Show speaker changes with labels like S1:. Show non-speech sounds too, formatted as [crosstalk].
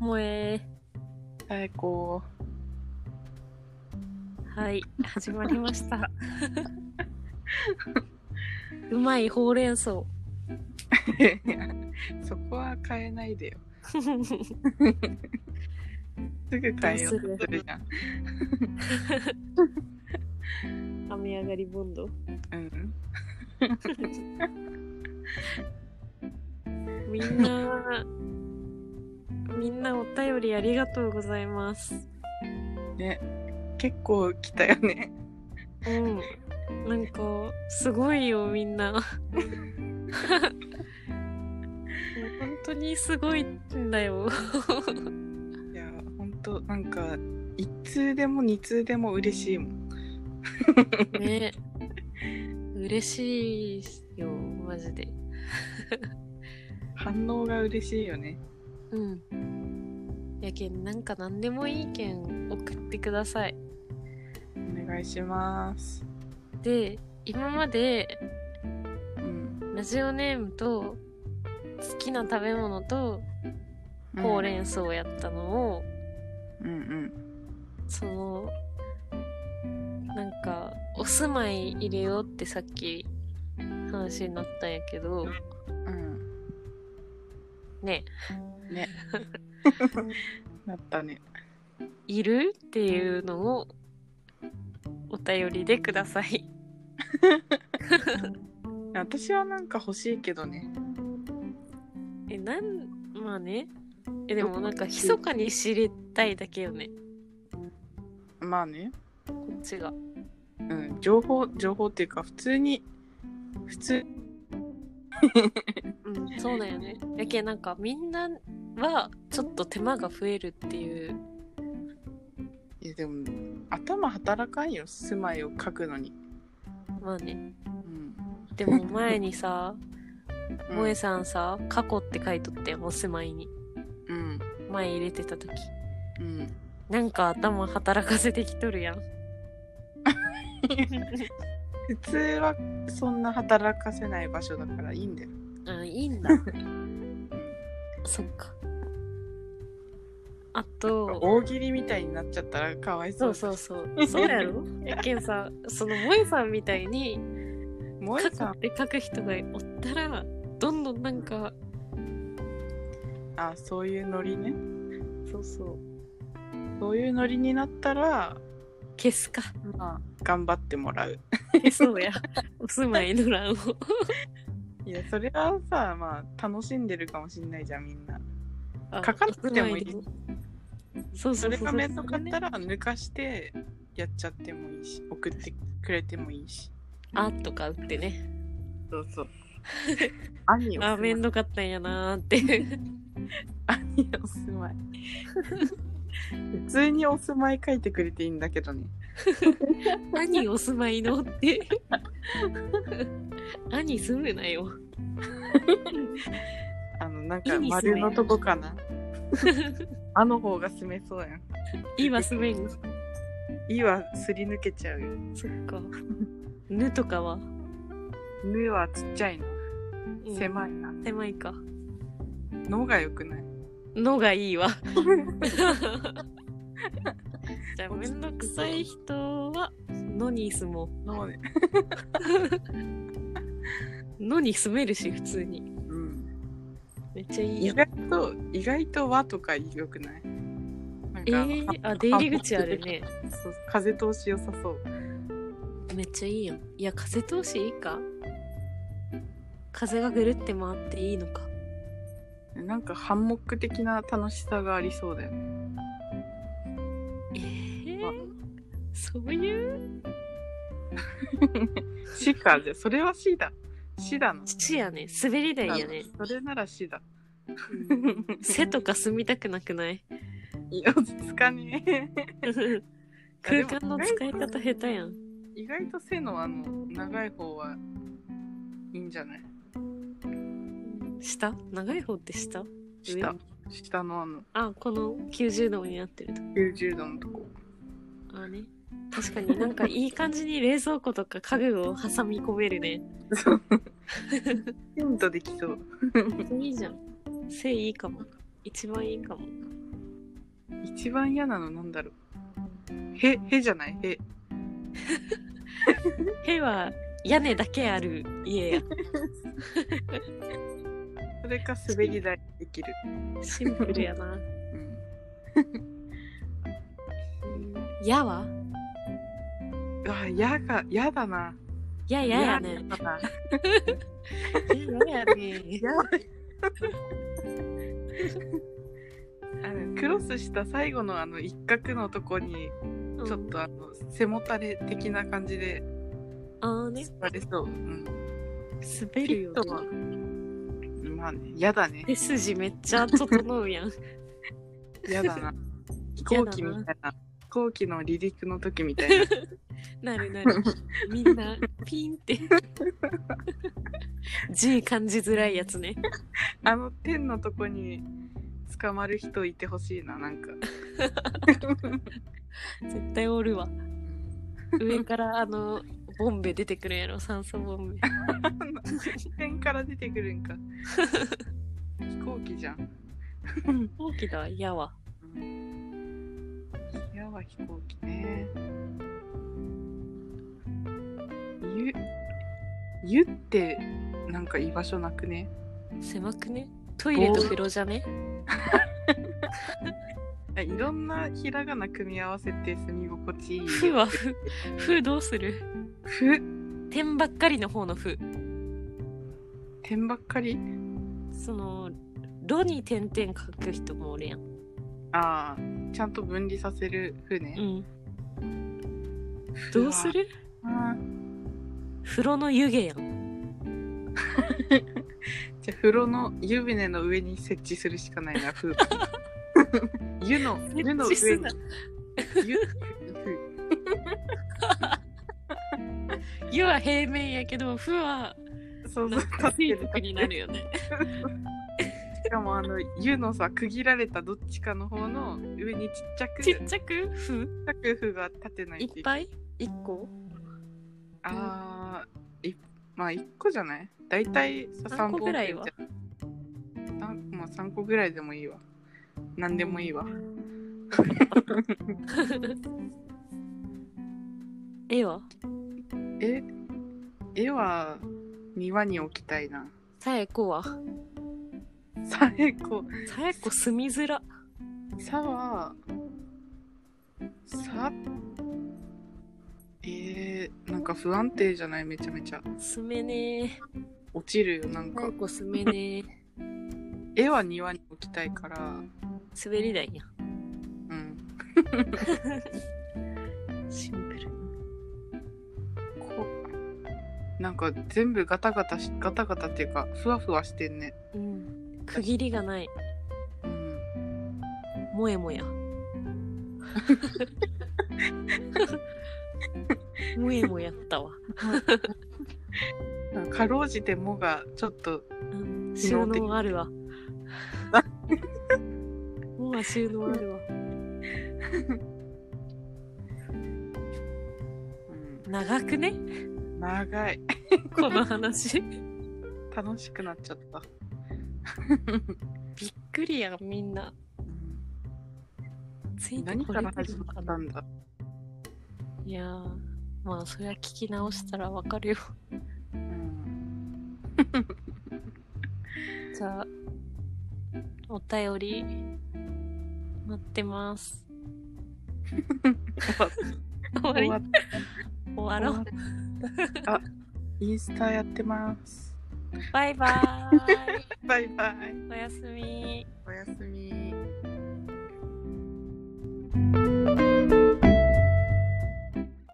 S1: 萌え
S2: 最高。 [laughs]
S1: はい始まりましたうまいほうれん草
S2: そこは変えないでよ。
S1: は
S2: すぐ変えようと
S1: どうする
S2: するじゃん。
S1: 雨上がりボンド
S2: うん。
S1: みんなみんなお便りありがとうございます
S2: ね、結構来たよね。
S1: うんなんかすごいよみんなもう本当にすごいんだよ
S2: いや、ほんと、なんか、一通でも二通でも嬉しいもん。
S1: ね嬉しいよマジで
S2: 反応が嬉しいよね。
S1: うんやけんなんか何でもいいけん送ってください
S2: お願いします。
S1: で今まで
S2: うん。
S1: ラジオネームと好きな食べ物とほうれん草やったのを、
S2: うんうん。
S1: そのなんかお住まい入れようってさっき話になったんやけど
S2: うん。
S1: ね
S2: ね。なったね。
S1: いるっていうのをお便りでください
S2: 私はなんか欲しいけどね。
S1: えなんまあねえでもなんか密かに知りたいだけよね
S2: まあね。
S1: こっちが
S2: うん。情報、情報っていうか、普通に、普通、
S1: うんそうだよねやけなんかみんなはちょっと手間が増えるっていう
S2: いやでも頭働かんよ住まいを書くのに、
S1: まあね
S2: うん、
S1: でも前に [laughs] さ萌え
S2: す
S1: さんさ「過去」って書いとってお住まいに
S2: うん
S1: 前入れてた時
S2: うんい
S1: なんか頭働かせてきとるや [laughs] ん
S2: や普通はそんな働かせない場所だからいいんだよ、
S1: あいいん [laughs] だそっかあと
S2: 大喜利みたいになっちゃったらかわい
S1: そ
S2: そう
S1: うそう [laughs] そう。そうやろやけんさ、その萌えさんみたいに、
S2: 萌
S1: 書
S2: え
S1: く
S2: さ
S1: って書く人がおったら、どんどんなんか、
S2: んあそういうノリね
S1: そうそう、
S2: そういうノリになったら、
S1: 消す [laughs] か。
S2: まあ、頑張っても [laughs] らう
S1: 消そうや。お住まいの欄を。
S2: いやそれはさまあ楽しんでるかもしんないじゃんみんな
S1: あ
S2: 書かなくてもいい
S1: お住まのそう
S2: そ
S1: そうそう。
S2: れが面倒かっ
S1: ね
S2: たら抜かしてやっちゃってもいいし送ってくれてもいいし
S1: あとか打ってね。
S2: そうそう。兄を
S1: あ、面
S2: す
S1: 倒かったんやなー [laughs] って。
S2: ま [laughs] い。兄をすまい。普通にお住まい書いてくれていいんだけどね。
S1: 兄お住まいのって。兄住むなよ。
S2: あの、なん
S1: いい
S2: か
S1: に住
S2: 丸
S1: め
S2: のとこ
S1: [laughs]
S2: かな。あの方が住めそうやん。
S1: 今住めん。
S2: いはすり抜けちゃうよ。
S1: そっか。ぬとかは、
S2: ぬはちっちゃいな。
S1: うん
S2: 狭いな。
S1: 狭いか。
S2: のが良くない。
S1: のがいい [laughs] わ。じゃあ、めんどくさい人は、のに住も
S2: のね。
S1: う。のに住めるし、普通に。
S2: うん。
S1: めっちゃいい
S2: 意
S1: やん。
S2: 外と、意外と和とか良くないなん
S1: え
S2: かの
S1: ー、あ、出入り口あるね。
S2: そう風通し良さそう。
S1: めっちゃいいやん。いや、風通しいいか。風がぐるって回っていいのか。
S2: なんかハンモック的な楽しさがありそうだよね。
S1: えー、そういう
S2: 死か、じゃあそれは死だ。死だな。
S1: 土やね。滑り台やね。
S2: それなら死だ。
S1: 背とか住みたくなくない [laughs]
S2: いや、落ち着かねえ。
S1: 空間の使い方下手やん。
S2: 意外と背のあの、長い方は、いいんじゃない
S1: 下長い方って下
S2: 下。下のあの、
S1: あ、この90度になってると。
S2: 90度のとこ。
S1: あね。確かになんかいい感じに冷蔵庫とか家具を挟み込めるね。
S2: そう。ヒントできそう。
S1: いいじゃん。背いいかも。一番いいかも。
S2: 一番嫌なのなんだろう。へ、へじゃないへ。
S1: 部は屋根だけある家や。
S2: それか滑り台できる。
S1: シンプルやな。
S2: うん。
S1: やは
S2: うわ、嫌が、嫌だな。
S1: やややね。
S2: 嫌だな。
S1: ややね。
S2: やあのクロスした最後のあの一角のとこにちょっとあの背もたれ的な感じで
S1: ああね、
S2: 座れそう、うん、
S1: 滑るよね
S2: ピッ。トはまあね嫌だね
S1: 手筋めっちゃ整うやん。
S2: 嫌だ
S1: [laughs]
S2: な飛行機みたいな飛行機の離陸の時みた
S1: [laughs]
S2: いな
S1: なるなる。みんなピンって。字感じづらいやつね。
S2: あの天のとこに捕まる人いてほしい
S1: [laughs]
S2: ななんか
S1: 絶対おるわ。上からあの、ボンベ出てくるやろ、酸素ボンベ。
S2: 天から出てくるんか飛行機じゃん
S1: 大きだわ、やわ。
S2: 嫌は飛行機ね。ゆ、ゆってなんか居場所なくね
S1: 狭くねトイレと風呂じゃね
S2: あいろんなひらがな組み合わせて住み心地いいよ。
S1: [laughs] ふはふ。ふどうする
S2: ふ、
S1: 点ばっかりの方のふ。
S2: 点ばっかり
S1: その、ロに点々書く人もおるやん。
S2: ああ、ちゃんと分離させるふ
S1: う
S2: ね。
S1: ん。どうする
S2: ふわ
S1: 風呂の湯気やん。
S2: じゃあ風呂の湯船の上に設置するしかないな、
S1: [laughs]
S2: ふ。湯の、湯の
S1: 設置す
S2: 上に
S1: な。
S2: 湯、ふ。
S1: 湯は平面やけど、ふは
S2: そう
S1: な
S2: そう、
S1: んか
S2: 立
S1: 水
S2: ってる
S1: 服になるよね。
S2: しかもあの湯のさ区切られたどっちかの方の上にちっちゃ
S1: [laughs]
S2: く
S1: ち
S2: ち
S1: っちゃくふ
S2: っちゃく符が立てない
S1: い
S2: と
S1: っ
S2: い
S1: ぱい一 [laughs] 個
S2: あーいまあ1個じゃない大体さ
S1: 三個
S2: 3本
S1: ぐらいは
S2: さんまあ3個ぐらいでもいいわ何でもいいわ
S1: 絵は
S2: え絵は庭に置きたいな [laughs]
S1: さえこは
S2: 最後
S1: さえこ住みづら。
S2: さはさえー、なんか不安定じゃないめちゃめちゃ
S1: 住めね
S2: 落ちるよな
S1: え。
S2: ん
S1: さ
S2: か
S1: えこ住めねえ。
S2: 絵は庭に置きたいから
S1: [laughs] 滑り台や
S2: うん
S1: ん。 [laughs] シンプル。
S2: こなんか全部ガタガタしガタガタっていうかふわふわしてんね
S1: うん。区切りがない。
S2: うん
S1: もやも [laughs] や。もやもやったわ。
S2: なんかかろうじて「も」がちょっと
S1: うん収納あるわ。もう収納あるわ。
S2: うん
S1: 長くね
S2: 長い
S1: この話。
S2: 楽しくなっちゃった
S1: びっくりやん、みんな。ついて
S2: 何
S1: こ
S2: か
S1: れ
S2: ら
S1: て
S2: 始
S1: るの
S2: ま
S1: か
S2: った
S1: なん
S2: だ
S1: いやー、まあ、そりゃ聞き直したらわかるよ。
S2: うん
S1: じゃあ、お便り、待ってます。終わ
S2: 終
S1: り
S2: わ
S1: 終
S2: った
S1: わろう。
S2: あインスタやってます
S1: バイバーイ。 [laughs]
S2: バイバイ
S1: おやすみ。
S2: おやすみ